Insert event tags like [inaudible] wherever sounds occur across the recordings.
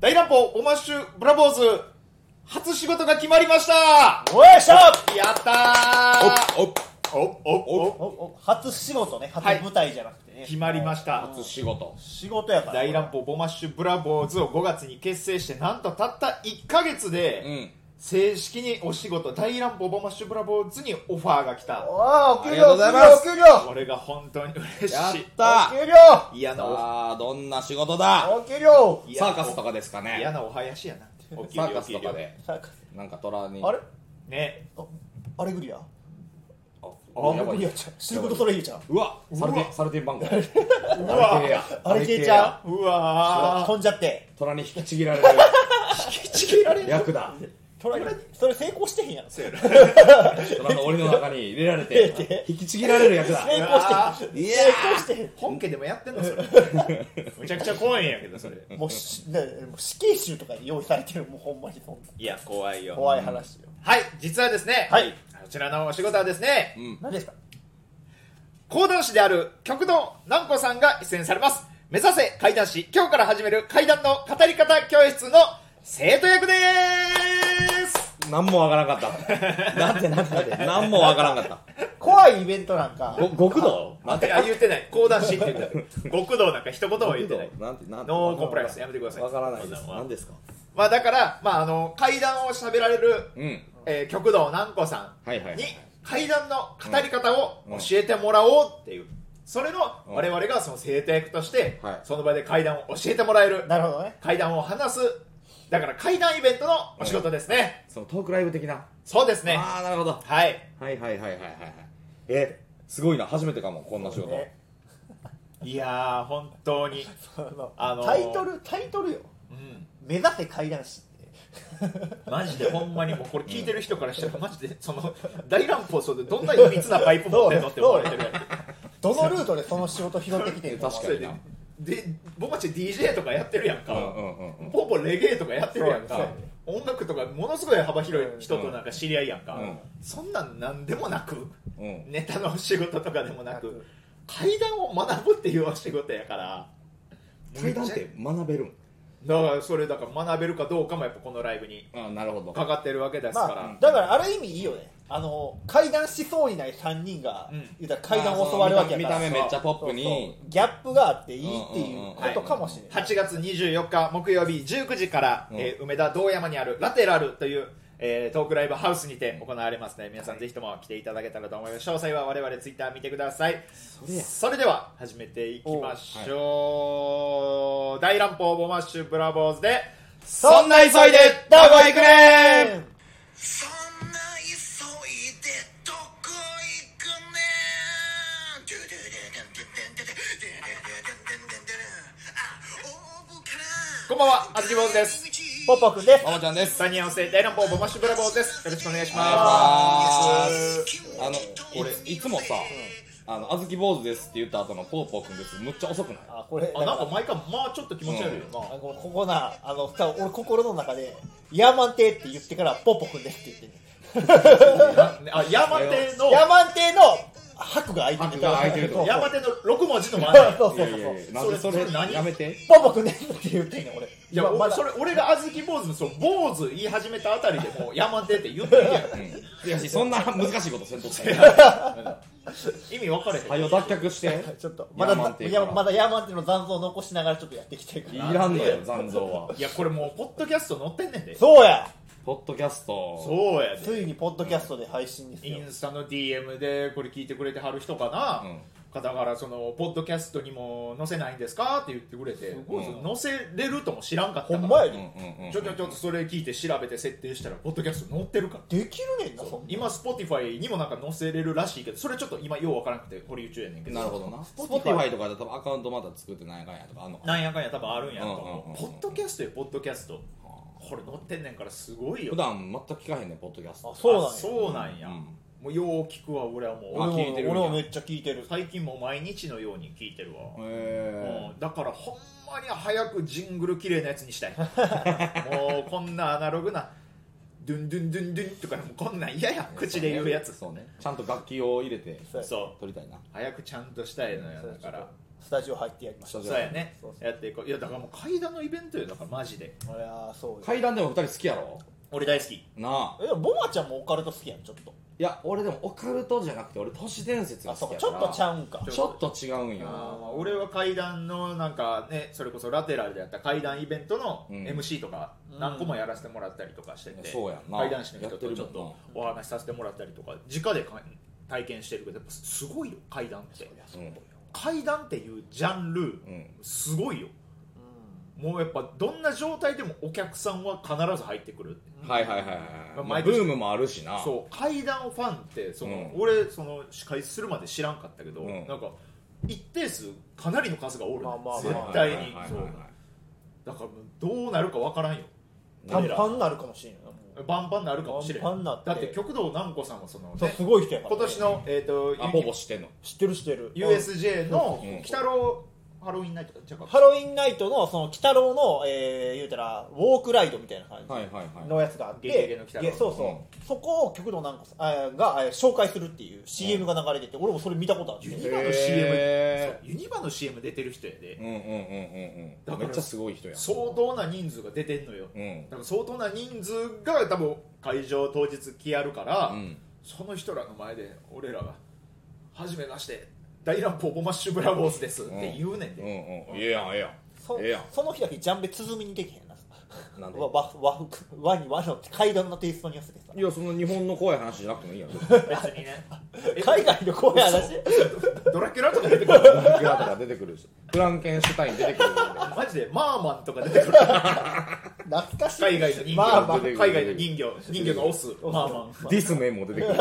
大乱暴オマッシュブラボーズ初仕事が決まりましたおいしょやったおっーおおおおお初仕事ね初舞台じゃなくてね、決まりました初仕事仕事やから大乱暴ボマッシュブラボーズを5月に結成してなんとたった1か月で、うん正式にお仕事大乱暴ボマッシュブラボーズにオファーが来たおーおあ給りがと料うございますお給料これが本当に嬉しいやったおさ給料嫌なおあどんな仕事だお給料嫌サなーカスとかですか嫌ねなお囃子やなお給サ料ーカスとかでなんかなんか虎にあれねあアレグリアあアやレばグいリアちゃんシルク・ドソレイユちゃんうわうわサルティンサルティン [laughs] 番号うあれ系わやあれ系ちゃうわ飛んじゃって虎に引きちぎられる引きちぎられる役 [laughs] だそれそれ成功してへんやろ成虎の檻の中に入れられて引きちぎられる役だ功してへんい成や功してへ本家でもやってんのそれ [laughs] むちゃくちゃ怖いんやけどそれんもうしねもう死刑囚とかに用意されてるもうほんまにそんないや怖いよ怖い話よはい実はですね、はいこちらのお仕事はですねうん何ですか講談師である極道南光さんが出演されます目指せ怪談師今日から始める怪談の語り方教室の生徒役でーす何もわからんかったなんてなんて何もわからんかった怖いイベントなんかご極道あ言ってない講談師って言ってない極道なんか一言も言ってないなんてなんてノーコンプライアンスやめてくださいわからないでそんすなんは何ですかまあだから、まあ、あの怪談を喋られる、うんえー極道南光さんはいはいはいに怪談の語り方を教えてもらおうっていう、それの我々がその生徒役として、はいその場で怪談を教えてもらえるなるほどね怪談を話すだから怪談イベントのお仕事ですね、そのトークライブ的なそうですねああなるほどはいはいはいはいはいはいはいえすごいな初めてかもこんな仕事ねいやー本当に、そのあのータイトルタイトルようん、目指せ怪談師ってマジでほんまにもうこれ聞いてる人からしたらマジでその大乱暴そうでどんなに密なパイプ持ってんのって思われてるやんどのルートでその仕事拾ってきてるの確そかれにでなで僕たち DJ とかやってるやんか、うんうんうんうんほぼレゲエとかやってるやんそうかやね音楽とかものすごい幅広い人となんか知り合いやんか、うんそんなんなんでもなく、うんネタの仕事とかでもなくなく階段を学ぶっていうお仕事やから階段って学べるんだからそれだから学べるかどうかもやっぱこのライブにあなるほどかかってるわけですから、まあ、だからある意味いいよねあの階段しそうにない3人が、うん言ったら階段を教わるわけやから見た見た目めっちゃポップそうにそうギャップがあっていいっていうことかもしれない、 8月24日木曜日19時から、うんえー梅田堂山にあるラテラルという、えートークライブハウスにて行われますね皆さんぜひとも来ていただけたらと思います詳細は我々ツイッター見てくださいそれれでやは始めていきましょう、大乱暴ボマッシュブラボーズでそんな急いでどこ行くねそんな急いでどこ行くねんこんばんはあずき坊主ですポッポくんですママちゃんです3人合わせ大乱暴ボマッシュブラボーズですよろしくお願いしお願まいすしますあの俺いつもさあのあずき坊主ですって言った後のぽーぽーくんですむっちゃ遅くないあこれあなんかだ毎回まあちょっと気持ち悪いよな、らあのここなあのさ俺心の中で「ヤーマン亭」って言ってから「ポッポくんです」って言ってね [laughs] あ山手のヤーマン亭の白が開いて白が開いてると山手の6文字の真ん [laughs] そう中そういそうやそそれういやいやなんでそそれれ何やめてポッポくんですって言ってんねん俺いや、今ままだそれ俺が小豆坊主のその坊主言い始めたあたりでもう山手って言ってるやんいやしそんな難しいことせんとって意味分かれへ [laughs] んはよ脱却してちょっとまだヤーマン亭いからやまだヤーマン亭の残像を残しながらちょっとやっていきたいかいららんのよ残像はいやこれもうポッドキャスト載ってんねんでそうやポッドキャストそうやでついにポッドキャストで配信ですイよンスタの DM でこれ聞いてくれてはる人かな、うんだからそのポッドキャストにも載せないんですかって言ってくれてごい載せれるとも知らんかったからほんまやうでんうんうんちょちょちょっとそれ聞いて調べて設定したらポッドキャスト載ってるからできるねんなそんな今 Spotify にもなんか載せれるらしいけどそれちょっと今よう分からなくて保留中やねんけどなるほどな Spotify とかで多分アカウントまだ作ってないかんやとかあんのかななんやかんや多分あるんやと思ううんうんうんうんポッドキャストよポッドキャストこれ載ってんねんからすごいよ普段全く聞かへんねんポッドキャストあそうなんやあそうなんやうんもうよう聞くわ俺はもう俺あも聞いてるんや俺もめっちゃ聞いてる最近もう毎日のように聞いてるわへうんだからほんまに早くジングル綺麗なやつにしたいもうこんなアナログなドゥンドゥンドゥンドゥンとかもうこんなん嫌やえ口で言うやつそうねちゃんと楽器を入れてそうそ撮りたいなう早くちゃんとしたいのやだからスタジオ入ってやりましたスタジそうやねそうそうやっていこういやだからもう階段のイベントよだからマジでいやーそうよ階段でも二人好きやろ俺大好きなあえでもボマちゃんもオカルト好きやんちょっといや俺でもオカルトじゃなくて俺都市伝説があそ好うきかやちょっとちゃううんかちょっと違うんよあーまあ俺は階段のなんかねそれこそラテラルでやった階段イベントのうん MC とか何個もやらせてもらったりとかしてて、うんそうやんな階段師の人やとってちるょもっんなとお話しさせてもらったりとか直でか体験してるけどやっぱすごいよ階段ってうん階段っていうジャンル、んすごいよもうやっぱどんな状態でもお客さんは必ず入ってくるはいはいはいはい、まあまあ、毎ブ年ームもあるしなそう階段ファンってその、うん俺その司会するまで知らんかったけど、うんなんか一定数かなりの数がおる、まあまあまあ絶はいはい対はいにはいそうだからもうどうなるかわからんよパン俺らパンになるかもしれんよもうバンバンなるかもしれんバンバンなってだって極道南子さんはその、そうね、すごい人やから今ね年の、えー、とあユほぼしてんの知ってる知ってる USJ のうん鬼太郎ハロウィンナイト違うかハロウィンナイトのその鬼太郎の、えー、言うたらウォークライドみたいな感はいじはいはいのやつがあって、ゲゲゲの鬼太郎いやそうそう、そこを極道なんかさあがえー紹介するっていう CM が流れてて、俺もそれ見たことあるユよ、ニバの CM、へそうユニバの CM 出てる人やで、うんうんうんうんだかうらんめっちゃすごい人やん相当な人数が出てんのよ、うんだから相当な人数が多分会場当日来やるから、うんその人らの前で俺らが「はじめまして大乱暴ボマッシュブラボーズです」って言うねんうで、んうんええやんええやんそええやその日だけジャンベ鼓にできへんななんでわわわわにわのって階段のテイストに寄せてさいやその日本の怖い話じゃなくても [laughs] いいやん別に別に [laughs] ねえ海外の怖い話ドラキュラとか出てくるドラキュラとか出てくるしフランケンシュタイン出てくるマジでマーマンとか出てくる [laughs] 懐かしい海外の人形、まあまあ海外の人形人形がオスマーマンディスメンも出てくる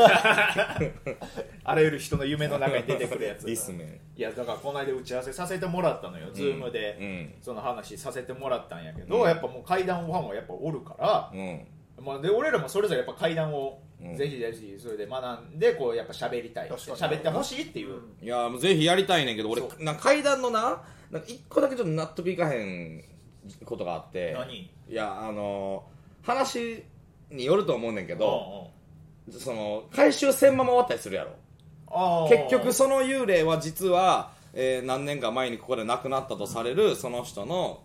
あらゆる人の夢の中に出てく [laughs] るやつディスメンいやだからこの間打ち合わせさせてもらったのよ、ズームで、うんその話させてもらったんやけど、うんやっぱもう階段ファンはやっぱおるから、うんまあ、で俺らもそれぞれやっぱ階段をうんぜひぜひそれで学んでこうやっぱ喋りたい確かに喋ってほしいっていう、いやもうぜひやりたいねんけど俺そな階段のななんか一個だけちょっと納得いかへんことがあって何いやあのー話によると思うねんけど、うんうんその回収せんまま終わったりするやろあー結局その幽霊は実は、えー何年か前にここで亡くなったとされるその人の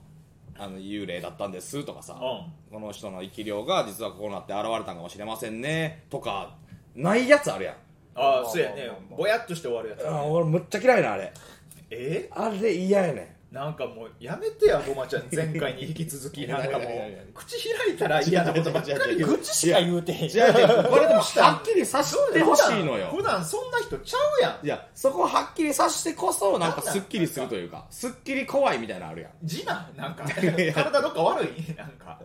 あの幽霊だったんですとかさ、うこの人の生き量が実はこうなって現れたんかもしれませんねとかないやつあるやんああそうやねぼやっとして終わるやつ、あー俺むっちゃ嫌いなあれえあれ嫌やねなんかもうやめてやごまちゃん前回に引き続きいやなんかもいやいやいやいやう口開いたら嫌なことばっかり言う愚痴しか言うてへんん違う違うこれでもはっきりさしてほしいのよ [laughs] 普段そんな人ちゃうやんいやそこはっきりさしてこそなんかすっきりするというかすっきり怖いみたいなのあるやん次男なんか体どっか悪いなんか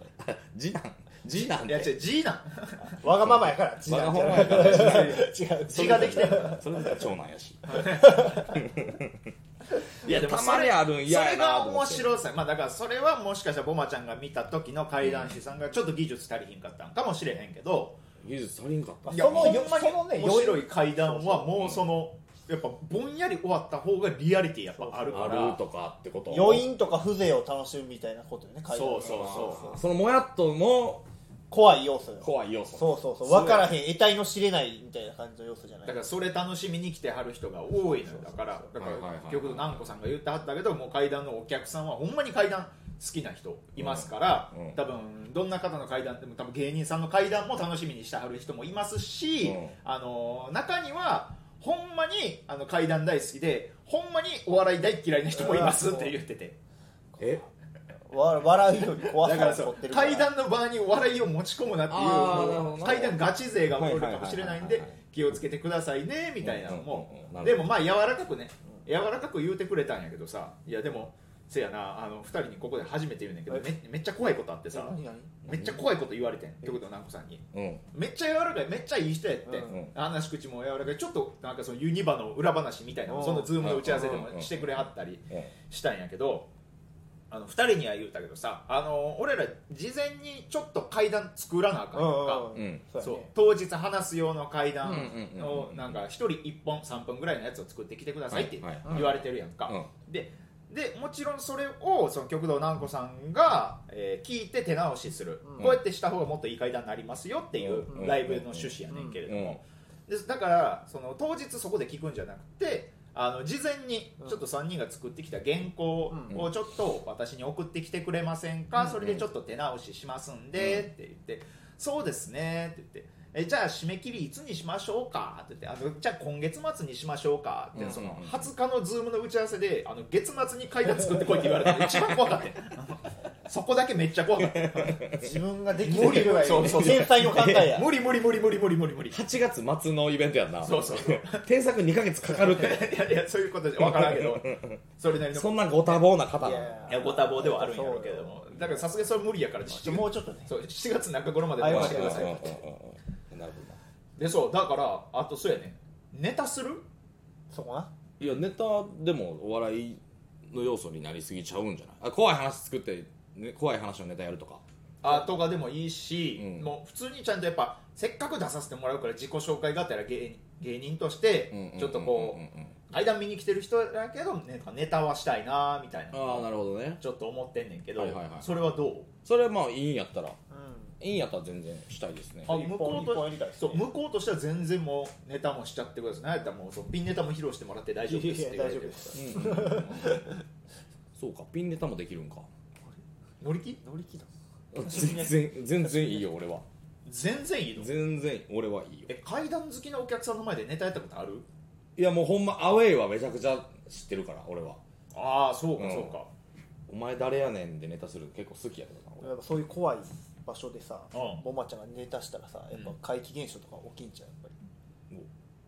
次男次男っいや違てう次男わがままやから違うわがままやか [laughs] ら違う違う血ができてるそれだったら長男やしいやでもたまにあるん嫌そやれながと思面って白さまあだからそれはもしかしたらボマちゃんが見た時の怪談師さんがちょっと技術足りひんかったんかもしれへんけど、技術足りんかったまあいやそのほんまにそのね面白い怪談はもうそのやっぱぼんやり終わった方がリアリティやっぱあるからあるとかってこと余韻とか風情を楽しむみたいなことよね階段そうそうそうそのもやっとの怖い要素よ怖い要素そうそうそう分からへん得体の知れないみたいな感じの要素じゃないだからそれ楽しみに来てはる人が多いのよだからだかはいはいはいらはい結局南子さんが言ってはったけどもう階段のお客さんはほんまに階段好きな人いますから、うんうん多分どんな方の階段でも多分芸人さんの階段も楽しみにしてはる人もいますし、うんあの中にはほんまにあの階段大好きでほんまにお笑い大っ嫌いな人もいますって言っててえわ笑うより怖だかさらそを持ってうるから階段の場合に笑いを持ち込むなってあーなるほいどうな階段ガチ勢が起こるかもしれないんはいはいはいはいはいで気をつけてくださいねみたいなのうんうんうんもうんなるでほもまあ柔らかくね柔らかく言うてくれたんやけどさいやでもせやなあの2人にここで初めて言うねんけどえめめっちゃ怖いことあってさ何何めっちゃ怖いこと言われてんってことな南子さんにうんめっちゃ柔らかいめっちゃいい人やって、うん話し口も柔らかいちょっとなんかそのユニバの裏話みたいなのうもんそのズームの打ち合わせでうんもしてくれはったりうんしたんやけどあの2人には言うたけどさあの俺ら事前にちょっと階段作らなあかんやんかうんうんそうやそうね当日話す用の階段うんうんうんをうんなんか1人1本3分ぐらいのやつを作ってきてくださいってはいはい言われてるやんか、うででもちろんそれをその極道南子さんが、えー聞いて手直しする、うんこうやってした方がもっといい階段になりますよっていううんライブの趣旨やねんけれども、ですだからその当日そこで聞くんじゃなくてあの事前にちょっと3人が作ってきた原稿をちょっと私に送ってきてくれませんか、それでちょっと手直ししますんでって言って、そうですねって言ってえじゃあ締め切りいつにしましょうかって言ってあのじゃあ今月末にしましょうかって、うんその20日のズームの打ち合わせであの月末に階段作ってこいって言われたの一番怖かったよそこだけめっちゃ怖かった自分ができ無理るぐらいそうそう繊細の考えや無理無理無理無理無理無理無理8月末のイベントやんなそうそうそう添削2ヶ月かかるって [laughs] いやいやそういうことじゃ分からんけどそれなりのそんなご多忙な方なのいやご多忙ではあるんやろうけどもだからさすがにそれ無理やからそうよもうちょっとねそう7月中頃まで謝伸っばてしてくださうんいうんうんうんなるほどなでそうだからあとそうやねネタするそこないやネタでもお笑いの要素になりすぎちゃうんじゃないあ怖い話作って、ね、怖い話のネタやるとかあとかでもいいし、うんもう普通にちゃんとやっぱせっかく出させてもらうから自己紹介がてら芸芸人としてちょっとこうんうんう階段見に来てる人だけどねネタはしたいなみたいなああなるほどねちょっと思ってんねんけど、はいはいはいそれはどうそれはまあいいんやったらうんいいんやったら全然したいですねあ一向本こう一本とやりたいですそねう向こうとしては全然もうネタもしちゃってください。なんやったらもうそうピンネタも披露してもらって大丈夫ですってい言やわいや大れて丈夫るですうんうんうんそうかピンネタもできるんか乗り気乗り切った全然全然いいよ俺は全然いいの全然俺はいいよえ階段好きなお客さんの前でネタやったことあるいやもうほんまアウェイはめちゃくちゃ知ってるから俺はああそううかんそうか、お前誰やねんでネタするの結構好きやけどな俺やっぱそういう怖い場所でさ、うんボマちゃんがネタしたらさやっぱ怪奇現象とか起きんちゃうやっぱり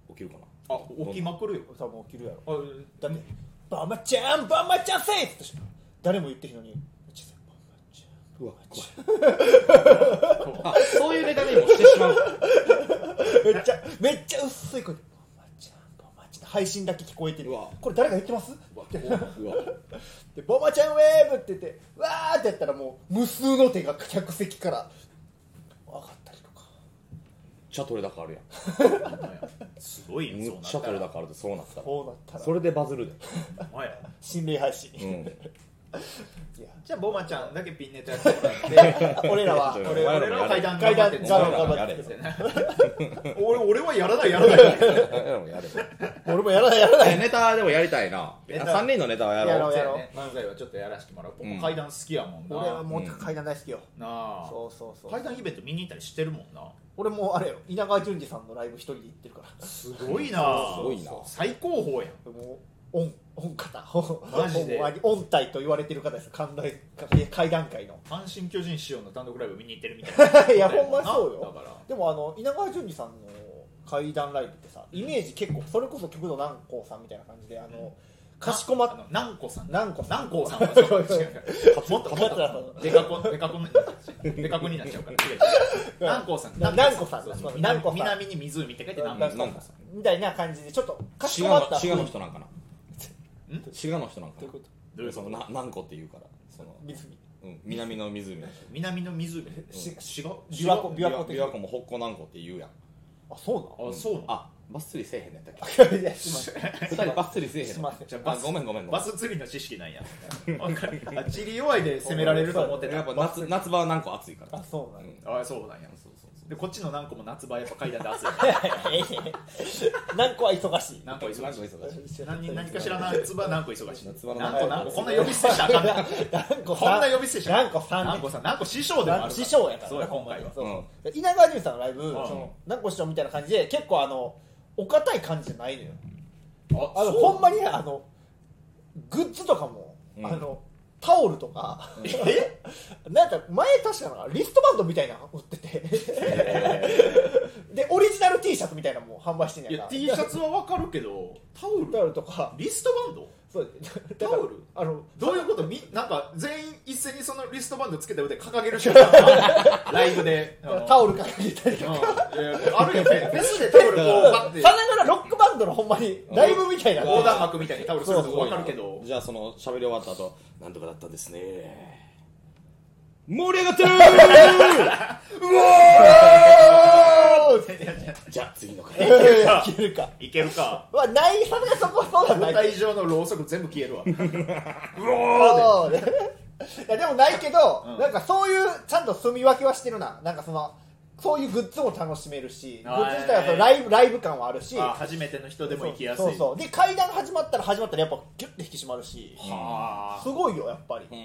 お起きるかなあ起きまくるよ多分起きるやろあだって「ボマちゃんボマちゃんせい!」って誰も言ってへんのに「ちょっとボマちゃんうわ怖いあそういうネタでもしてしまうめっちゃ、めっちゃ薄い声で、ボマちゃん、ボマちゃん、配信だけ聞こえてるうわ。これ誰が言ってますうわうわで、ボマちゃんウェーブって言って、わーってやったらもう、無数の手が客席から、上がったりとか。チャトレだからあるすごいやよそうんむっなちゃっトたレだらからでそうなったらこうなったら、それでバズるでお前や心霊配信。うんいや、じゃあボマちゃんだけピンネタやってもらって俺らは、ちょっと俺 [laughs] お前ら俺らは階段頑階張っ段てね座ろう頑張ってやれて [laughs] 俺俺はやらないやらないやれやれ俺もやらないやらないえネタでもやりたいなネタ3人のネタはややろろううそうややろね漫才はちょっとやらしてもらおう、うん階段好きやもんな俺はもううん階段大好きよなあそうそうそう階段イベント見に行ったりしてるもんな俺もあれよ稲川淳二さんのライブ一人で行ってるからすごいなすごいな最高峰やんもう、オン、オン方、オマジでオン体と言われてる方です、寛大会談 [laughs] 会の。阪神・巨人仕様の単独ライブ見に行ってるみたいな [laughs] いや、ほんまそうよだから。でも、あの、稲川淳二さんの会談ライブってさ、イメージ結構、それこそ極度南光さんみたいな感じで、あの、かしこまっあの南光さん南光さん南光さんはそう違うからもっともっ桂さとデカコデカコになっちゃうデカコになっちゃうから南光さんな南光さんそうそう南光さん南に湖って書いて南光なさんかんなんかさみたいな感じで、ちょっと、かし滋こま賀ったの滋賀の雰囲気人なんかなん滋賀の人なんかというなこと。どういうこそのとな何個って言うからその、湖。うん、南の湖の南の湖ししが琵琶湖し琵琶湖的琵琶湖も北湖南湖って言うやんあ、そうがあそうなあバッスリせえへんのやったっけなのいや、すまん [laughs] 二人バッスリせえへんのすいませんじゃあバスごめんごめんのごめバんス釣りの知識なんやわかるあ地理弱いで攻められると思ってやたっぱ夏夏場は何個暑いかあ、らそうなの、あそうなんやそうそうそうでこっちの南光も夏場やっぱ階段で暑い [laughs] 南光は忙し南光忙しい。い何個忙しい何何かしら夏場何個忙しい夏場の何個何個こんな呼び捨てしたらあかんねん南光こんな呼び捨てしたら南光さん何個さん何個師匠でもある師匠やからそうや今回はそううんで稲川淳さんのライブ、んその南光師匠みたいな感じで結構あのお堅い感じじゃないのよあのそうほんまにねあのグッズとかも、うんあのタオルとか、え [laughs] なんか前確かなリストバンドみたいなの売っててでオリジナル T シャツみたいなのも販売してんやいんやか T シャツはわかるけどタオルタオルとかリストバンドそうタオルあのどういうことみなんか全員一斉にそのリストバンドつけた腕掲げる人 [laughs] がライブでタオルオル掲げたりとかあるよ [laughs] ねフェスでタオルこうバッてさながらロックバンドのほんまにライブみたいな、横断幕みたいにタオルするのそうわかるけどじゃあその喋り終わった後なんとかだったんですね盛り [laughs] 上がってる [laughs] じゃあ次の回いけるか。いけるかまあ、ない、さすがにそこはそうなんだ舞け台上のろうそく全部消 [laughs] えるわうおーど。いや、でもないけど、うんなんかそういう、ちゃんと住み分けはしてるな。なんかその、そういうグッズも楽しめるし、グあーッズ自体はそのライブライブ感はあるし、あ初めての人でも行きやすいそうそうで階段始まったら始まったらやっぱギュッて引き締まるしはすごいよやっぱりうんあ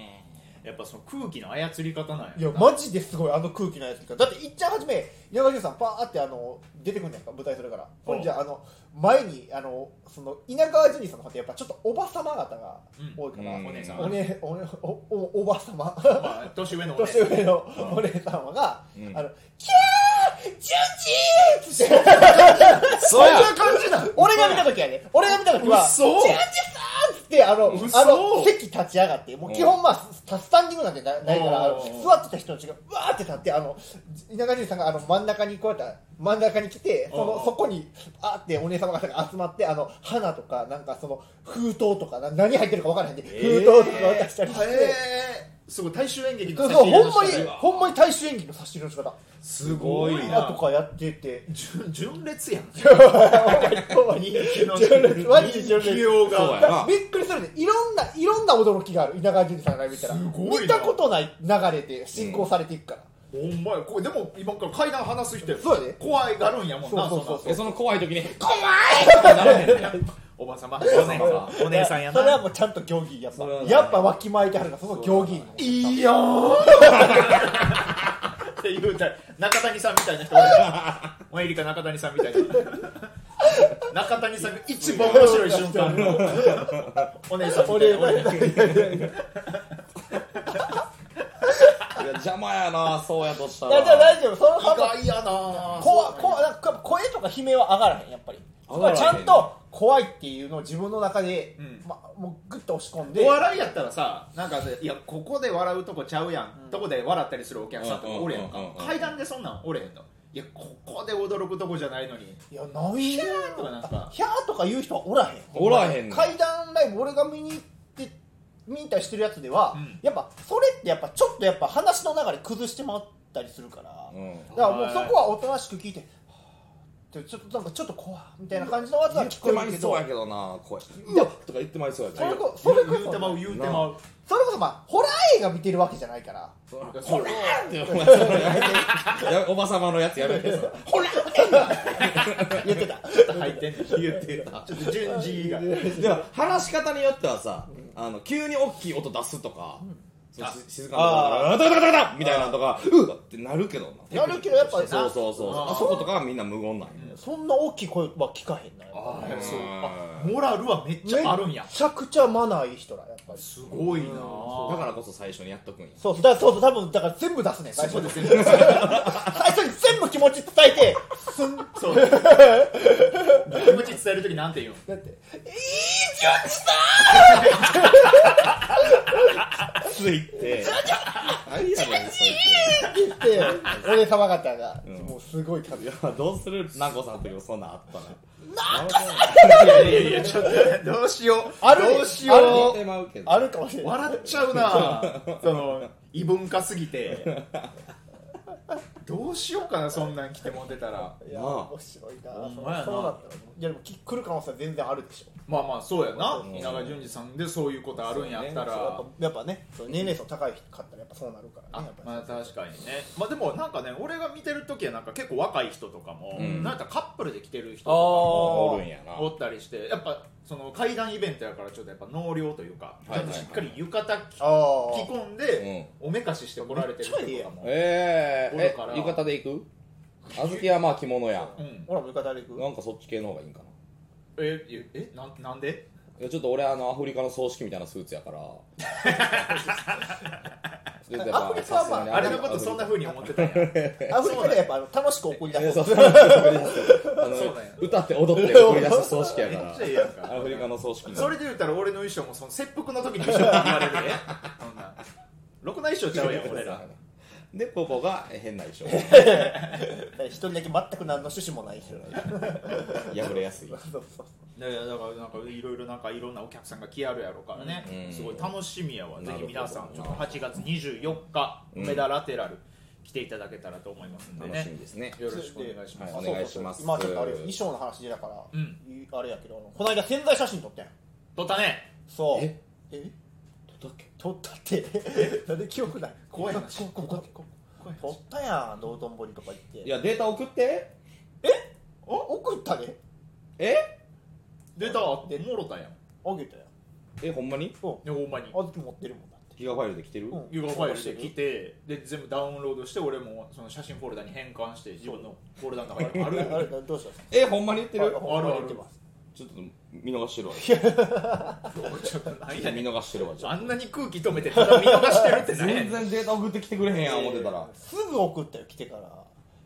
やっぱその空気の操り方なんやいやなマジですごいあの空気のやつがだっていっちゃん初め柳生さんパーってあの出てくるんじゃないですか舞台それからほんじゃあの前にあのその稲川淳二さんの方ってやっぱちょっとおばさま方が多いから、うんお姉さんおねおねおおおばさままあ年上のお姉さ年ん上のお姉様が、うんあのキャー淳二ってそうや感じな俺が見た時はね俺が見た時は嘘淳二さんっつってあの嘘あの席立ち上がってもう基本まあススタンディングなんてなないからあのうん座ってた人たちがわーって立ってあの稲川淳二さんがあの真ん中にこうやって真ん中に来てそうんのそこにあーってお姉様方が集まってあの花とかなんかその封筒とかな何入ってるか分からないんで、封筒とか渡したりして。えーすごい大衆演劇そのうそうほんま差し入れにの仕方ほんまに大衆演技の差し入れの仕方すごい今なとかやってて純純烈やんほんまに人気の純烈マジで純烈人気用がそうやなびっくりするねいろんないろんな驚きがある稲川淳二さんが見たらすごいな見たことない流れで進行されていくから、ほんまやこれでも今から階段話す人やそうやで怖いがるんやもんなそうそうそうえその怖い時にそんなならへんねおばさまお姉さんお姉さんやそれはなもうちゃんと行儀やっぱそれはねやっぱわきまえてはるからその行儀いいよーって言うたら中谷さんみたいな人おるお前いりか中谷さんみたいな中谷さんが一番面白い瞬間のお姉さんみたいな俺俺いや邪魔やなそうやとしたいらやじゃあ大丈夫その意幅外やなーこわこわなんか声とか悲鳴は上がらへんやっぱり上がらへんちゃんと怖いっていうのを自分の中で、うんま、もうグッと押し込んでお笑いやったらさなんかいやここで笑うとこちゃうやん、とこで笑ったりするお客さんとかおるやんか、うんうんうんうん階段でそんなんおれへんのいやここで驚くとこじゃないのにいやないよーとかなんかヒャーとか言う人はおらへんおらへんの階段ライブ俺が見に行って見に行ったりしてるやつでは、うんやっぱそれってやっぱちょっとやっぱ話の流れ崩してまったりするから、うんだからもうそこはおとなしく聞いてはぁってちょっとなんかちょっと怖いみたいな感じのやつは言っ聞こてまえいるけそうどやけどな声いうやわとか言ってまいそうやけそれどこそれこ言うてまそう言うてまうそれこそまあホラー映画見てるわけじゃないからそれやおばさまのやつやめてさホラー言ってた入ってんねん言ってたちょっと順次 [laughs] がでも話し方によってはさあの急に大きい音出すとかそうし静かなあ音が「ダダダダダ!」みたいなのとか「うっ!」ってなるけどななるけどやっぱりそうそうそうあーあそことかはみんな無言なんやそんな大きい声は聞かへんなよああそうあうんモラルはめっちゃあるんやめちゃくちゃマナーいい人らやっぱりすごいなだかららこそ最初にやっとくんやそうそうだそうそう多分だから全部出すね最初そうにですね最初に全部気持ち伝えてすんだそう気 [laughs] 持ち伝える時なんて言うんってつい [laughs] て何やねんそい言ってお姉様方が、んもうすごい感じついや [laughs] どうする南光さんの時もそんなんあったないやいやいやちょっとどうしようあるどうしあよるう言ってまうけどあるかもしれない笑っちゃうなその異文化すぎてどうしようかなそんなん来てもってたらいやなあ面白いなほんそうまやなそうだったらいやでもき来る可能性は全然あるでしょまあまあそうやなうん稲川淳二さんでそういうことあるんやったそうやっらぱやっぱねそう年齢層高い人買ったらやっぱそうなるからあねやっぱりまあ確かにねまあでもなんかね俺が見てる時はなんか結構若い人とかも、うんなんかカップルで来てる人とかもおるんやなおったりしてやっぱその階段イベントやからちょっとやっぱ納涼というか、はいはいはいちゃんとしっかり浴衣着ああ着込んで、おめかしして怒られてる人めっちゃとええやかんも、えー、えおるから浴衣で行く小豆はまあ着物やんうんほら浴衣で行くなんかそっち系の方がいいんかなえええなんなんでいやちょっと俺あのアフリカの葬式みたいなスーツやから [laughs] アフリカはまあちょっとやっぱさすがにあれのことそんなふうに思ってたんやアフリカでやっぱあの楽しく送りいや出すそうそう送り出すあのそうなんや歌って踊って送り出す葬式やめっかちゃええやんからアフリカの葬式にそれで言ったら俺の衣装もその切腹の時に衣装って言われるでそんなろくな衣装ちゃうやん俺らでポポが変な衣装一人だけ全く何の趣旨もない人だね破れやすいそうそうねだからなんかいろいろなんかいろんなお客さんが来あるやろからね、うんすごい楽しみやわ、うんぜひ皆さんちょっとなるほど8月24日、うん梅田ラテラル来ていただけたらと思いますんで楽しみねですねよろしくお願いしまはす、いお願いしますそうそうそう今ちょっとあれよ衣装の話でだから、うんいあれやけどこの間宣材写真撮ったやん撮ったねそうええ撮ったっけ撮ったってなんで記憶ない怖いなこここここここいい取ったやん道頓堀とか行っていやデータ送ってお送ったでえ出たもろたやんあげたやんえほんまにうんでほんまにあずき持ってるもんだってギガファイルで来てる、うんユーファイルしてきてで全部ダウンロードして俺もその写真フォルダに変換して自分のフォルダの中にある [laughs] あれどうしたんですかえほんまに言ってる、あほんあるまにある言ってますちょっと見逃してるわちょっと何やね見ん逃してるわちょあっんなに空気止めてただ見逃してるってと何やね全ん然データ送ってきてくれへんやん思ってたら、すぐ送ったよ来てから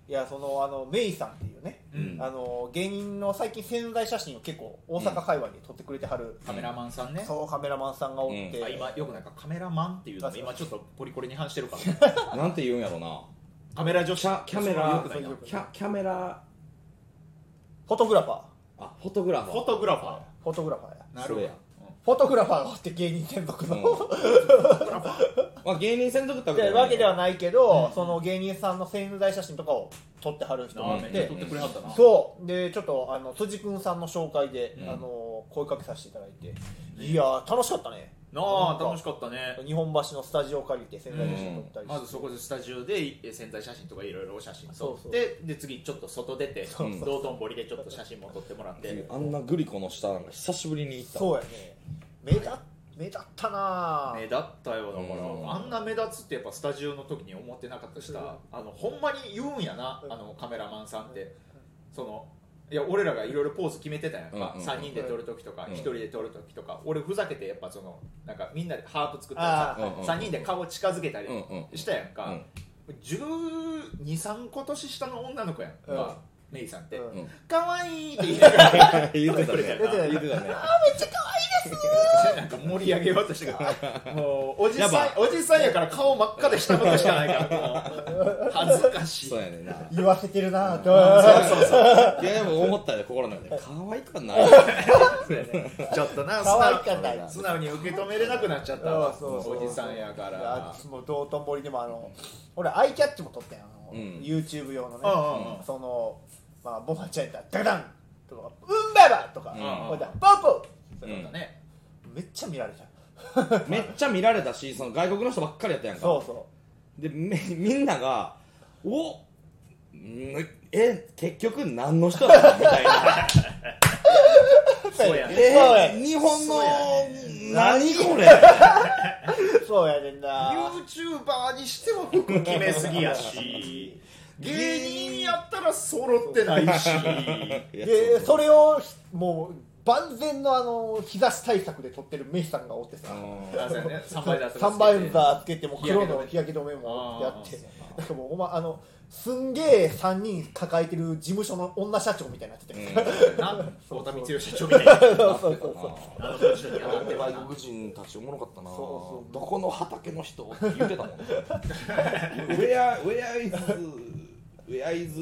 いやそのあのメイさんっていうね、うんあの芸人の最近宣材写真を結構大阪界隈で撮ってくれてはる、カメラマンさんねそうカメラマンさんがおって、あ今よくなんかカメラマンっていうのが今ちょっとポリコレに反してるから [laughs] なんて言うんやろなカメラ女子キャキャメラそういうのよくないなキャキャメラフォトグラファーあフォトグラファーフォトグラファフォトグラファーやーなるほそどうやフォトグラファーがおって芸人専属の、まあ、芸人専属ってわってけわけではないないけど、その芸人さんの宣材写真とかを撮ってはる人ながあいめっちゃて撮ってくれはったなそうでちょっとあの辻君さんの紹介で、うんあの声かけさせていただいて、いやー楽しかったねなあ楽しかかったねった日本橋のスタジオ借りて宣材写真撮ったりしまて、ずそこでスタジオでえ潜在写真とかいろいろお写真撮ってそうそうで次ちょっと外出てうそう道頓堀でちょっと写真も撮ってもらってあんなグリコの下なんか久しぶりに行ったそうやね目立っ目立ったな目ぁ立ったよだから、うんあんな目立つってやっぱスタジオの時に思ってなかったしうんたあのほんまに言うんやなうんあのカメラマンさんってそのいや俺らがいろいろポーズ決めてたやんうんうんか、うん3人で撮る時とか、うん1人で撮る時とか俺ふざけてやっぱそのなんかみんなでハープ作ったあーらうんうんさ3人で顔近づけたりうんうんしたやんか、うん123個年下の女の子やんか、うんメイさんってうんうん「可愛、いって言いながら [laughs] 言ってたね言ってたね言ってたねなんか盛り上げようとしてからもうおじやさばんおじさんやから顔真っ赤で下向くしかないからもう恥ずかしいそうやねんな言わせてるなぁと、そうそうそういやでも思ったよ心の中で可愛くは [laughs] ないそうやねちょっとな素可愛直かった素直に受け止めれなくなっちゃったわそうそうそうおじさんやかいらやもう道頓堀でもあの俺アイキャッチも撮ったよあの、うん YouTube 用のね、うんうんうんそのまあボマちゃんやったらダダンとかうんばばとか、うんほいでポそういうことねポめっちゃ見られためっちゃ見られたしその外国の人ばっかりやったやんかそうそでみみんなが「おんえ結局何の人だったの?」みたいなうそうやねそうやえ日本のそうや何これそうやねんな YouTuber にしても服決めすぎやし芸人やったら揃ってないしいやでうそれをもう万全のあの日差し対策で撮ってるメイさんがおってさあのあそうやねサンバイザーとかつけてサンバイザーつけても黒の日焼け止めもやって日なんかもうお前あのすんげえ3人抱えてる事務所の女社長みたいになってたよ、な太田光代社長みたいな [laughs] そうそうそうそうあの人に当たっては外国人たちおもろかったなそうそうどこの畑の人って言ってたもんね Where, where is Where is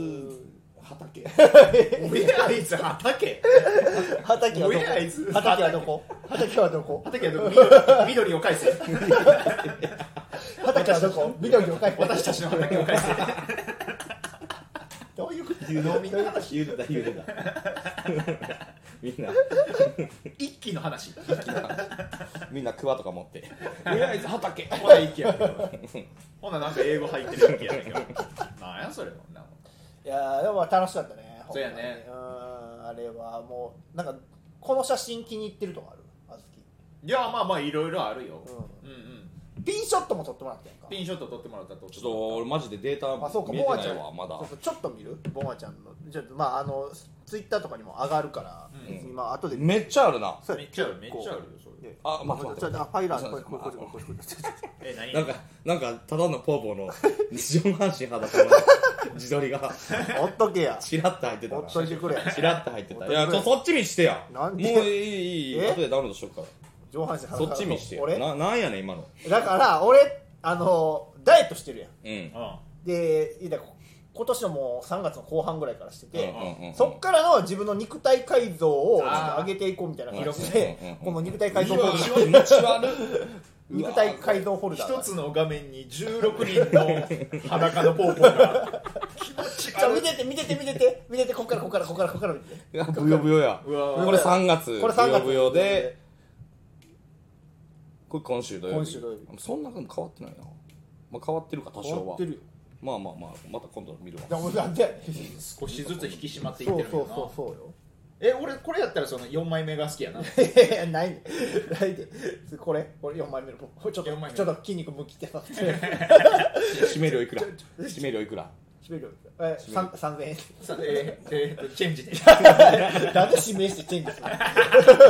畑俺らあいつ畑畑はど親いつこ畑はどこ畑はどこ畑やと緑緑を返せ畑はどこ緑を書いて私たちの畑を返せどういうこと飲みの話言うてた言うてたみんな一気の話みんなクワとか持って「Where is 畑?」ほな一気やけどほななんか英語入ってる一気やけどなんやそれほんなもんいやーでも楽しかったねそうやねほんまにうーんあれはもうなんかこの写真気に入ってるとかあるあずきいやまあまあいろいろあるよ、ううん、うんピンショットも撮ってもらったやんかピンショット撮ってもらったら撮っちょてっとも俺マジでデーあそうタか見えボマてなちゃいんわまだそうそうちょっと見るボマちゃんのちょっとまああのツイッターとかにも上がるから、うん別にまあ後でめっちゃあるなそうめやっちゃあるめっちゃあるよそれであ待って待ちっょってとあファイラーこそうれそうこれこれこれこれちょっとえ何なんかなんかただのポーポ [laughs] ーの上半身裸の自撮りが [laughs] ほっとけやチラッと入ってたほなっといてくれチラッと入ってたいやほっといてくれちょそっち見してやもなうんいでいいいいえ後でダウンロードしよっから上半身裸そっち見して俺よななんやねん今のだから俺あのダイエットしてるやんうんでいや今年のもう3月の後半ぐらいからしてて、うんうんうんそっからの自分の肉体改造をちょっと上げていこうみたいな感じで、うんうんうんこの肉体改造うフわォルダ気持ち悪 [laughs] い肉体改造フォルダ一つの画面に16人の裸のポーポーが気持ちちょ悪見いてて見てて見てて見ててこっからこっからこっからこっから見てうわブヨブヨやうわこれ3月これ3月ブヨブヨでこれ今週土曜日今週土曜日そんなに変わってないな、まあ、変わってるか多変少わはってるよままあまあまあまた今度見るだわからなんでやねん少しずつ引き締まっていっそてうるそようなそうそうよ [laughs] え俺これやったらその4枚目が好きやないやいやないねないでこれこれ4枚目のポちょっ四枚目とちょっと筋肉むきって [laughs] さ締め料いくら締め料いくら締めるえ三3000円さえーえーとチェンジでなんで指名してチェンジするの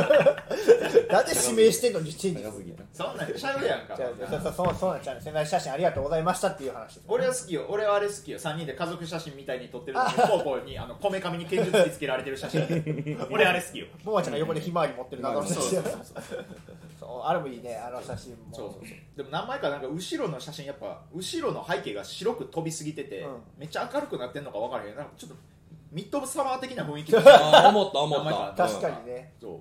なんで指名してんのにチェンジす長るすぎたそんなんちゃうやんかじゃあそうそうそうそうなんちゃうね仙台写真ありがとうございましたっていう話です俺は好きよ俺はあれ好きよ3人で家族写真みたいに撮ってるのに [laughs] ポーポーにあのこめかみに拳銃突きつけられてる写真俺あれ好き [laughs] よももちゃんが横でひまわり持ってる謎の写そう真そうそうそうあれもいいねあの写真もそうそうそうでも何枚かなんか後ろの写真やっぱ後ろの背景が白く飛びすぎてて、うんめっちゃ明るくなってんのか分からへんなんかちょっとミッドサマー的な雰囲 [laughs] 気そうあー思った思名前っかた確かにね衣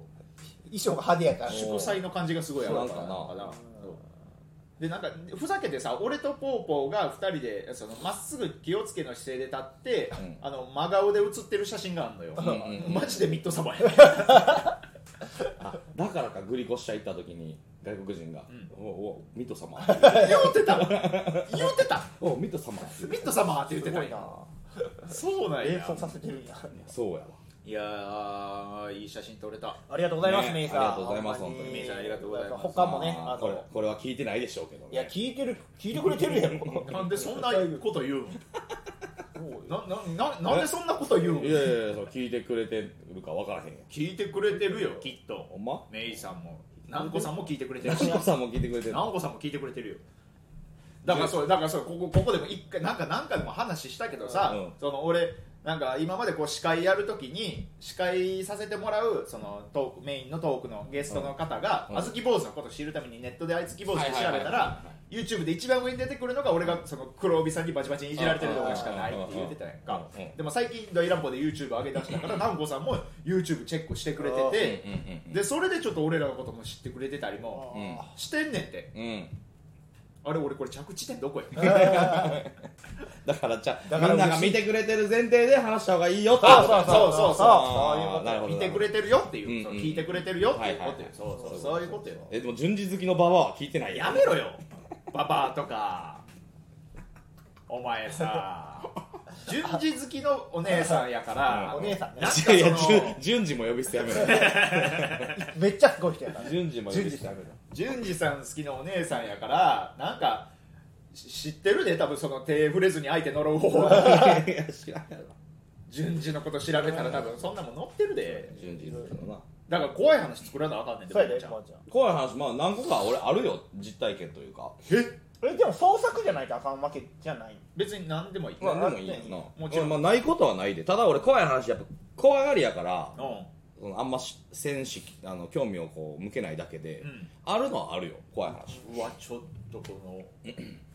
装が派手やからお祝祭の感じがすごいあるからそうなんかななんかそうでなんかふざけてさ俺とポーポーが2人でそのまっすぐ気をつけの姿勢で立って、うんあの真顔で写ってる写真があるのよ、んうんう [laughs] んマジでミッドサマーやねあだからかグリコシャ行った時に外国人が「おおミ [laughs] ト様」言うてた言うてた「おミト様」ミッドサマーって言ってすたごんいなやそうなん連や想させてるんやそうやわいやーいい写真撮れたありがとうございますねメイさんありがとうございますほんまに本当にメイさんありがとうございます他もねまああこれのこれは聞いてないでしょうけどねいや聞いてる聞いてくれてるやろなんでそんな [laughs] こと言うんななななんでそんなこと言うんいやいやいやそう聞いてくれてるか分からへんや聞いてくれてるよきっほとんまメイさんも南子さんも聞いてくれてるナし [laughs] ンコさんも聞いてくれてる南子さんも聞いてくれてるよだからそうだからそうここここでも一回なんかなんかでも話したけどさ、うんその俺なんか今までこう司会やるときに司会させてもらうそのトークメインのトークのゲストの方が、うんあずき坊主のことを知るためにネットであずき坊主で調べたら、はいはいはいは YouTube で一番上に出てくるのが俺がその黒帯さんにバチバチにいじられてる動画しかないって言ってたやんかうんうんうんでも最近大乱暴で YouTube 上げ出したから [laughs] 南光さんも YouTube チェックしてくれててうんうんでそれでちょっと俺らのことも知ってくれてたりもうんしてんねんってうんうんあれ俺これ着地点どこや [laughs] だからじゃあだみからんなが見てくれてる前提で話した方がいいよってあこーとだそうそうそうそうあーそういうことなるほど見てくれてるよっていう、うんうんその聞いてくれてるよっていうはいこはいとはよい、そうそうそういうことよえでも順次好きのババアは聞いてないやめろよババアとかお前さ順次好きのお姉さんやからお姉さんねなんかいそやいやの順順次も呼び捨てやめろめっちゃすごい人やから順次も呼び捨てやめろ順次さん好きのお姉さんやからなんかし知ってるで多分その手触れずに相手呪う方法いやいや知らんやろ順次のこと調べたら多分そんなもん載ってるで [laughs] 順次好きのなだから怖い話作らなあかんねんそうやもでんちゃんもうちゃん怖い話まあ何個か俺あるよ実体験というかええでも創作じゃないとあかんわけじゃない別に何でもいい、まうあでもいいやんなもちろんまあないことはないでただ俺怖い話やっぱ怖がりやからんそのあんまし戦士あの興味をこう向けないだけで、うんあるのはあるよ怖い話うわちょっとこ [clears throat] の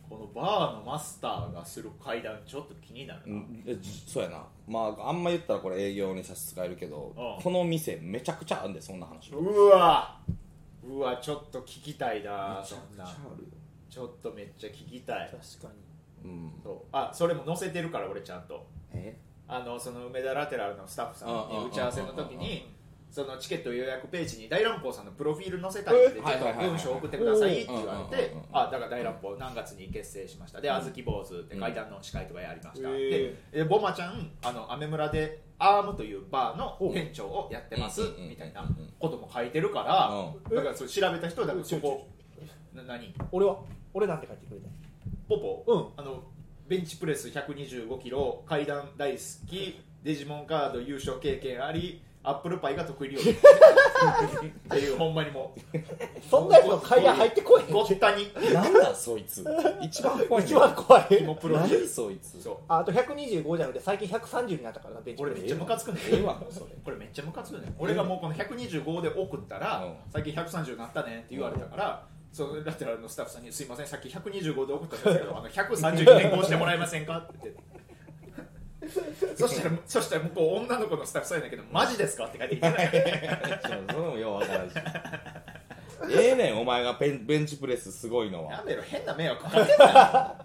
このバーのマスターがする階段ちょっと気になるうな、んえじそうやなまああんま言ったらこれ営業に差し支えるけどああこの店めちゃくちゃあんでそんな話うめわうわちょっと聞きたいなちそゃんくちゃなあるよちょっとめっちゃ聞きたい確かにうんそうあそれも載せてるから俺ちゃんとえあのその梅田ラテラルのスタッフさんうんうんうんうにん打ち合わせの時にそのチケット予約ページに大乱暴さんのプロフィール載せたいんでちょはいはいっはいとはい文章送ってくださいって言われてうんうんうんうんあだから大乱暴何月に結成しましたであずき坊主って階段の司会とかやりましたうんででボマちゃんあのアメ村でアームというバーの店長をやってますうんうんうんみたいなことも書いてるからうんだからそれ調べた人はだからそこな何俺は俺なんて書いてくれたポポ、うんあのベンチプレス125キロ階段大好きデジモンカード優勝経験ありアップルパイが得意料 [laughs] 理っていうほんまにもそんなやつの階段入ってこいへうごったになんだそいつ一番怖いん一番怖いもプロフィール何そいつそうああと125じゃなくて最近130になったからなベンチ俺めっちゃムカつくねんええわそれこれめっちゃムカつくねん俺がもうこの125で送ったら、うん最近130になったねって言われたから、そのラテラルのスタッフさんに「すいませんさっき125で送ったんですけどあの130に変更してもらえませんか?」って言ってそしたらそしたら向こう女の子のスタッフさんやねんだけど「マジですか?」って書いてきて [laughs] それもようわからんしええねんお前がベンベンチプレスすごいのやはめろ変な迷惑かけんなよな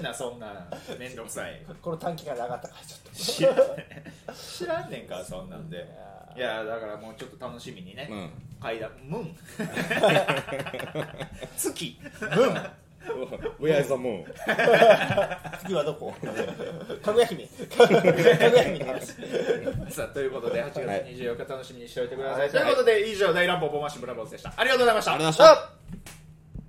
んなそんな面倒くさいこの短期間で上がったからちょっと知らん知らんねんからそんなんでいやだからもうちょっと楽しみにね、[laughs] [laughs] うん階段ムン月ムン Where is the moon? 次はどこかぐや姫かぐや姫の話 [laughs] さあということで8月はい24日楽しみにしておいてください、はいということで以上大乱暴ボーマッシュブラボーズでしたありがとうございましたありがとうございました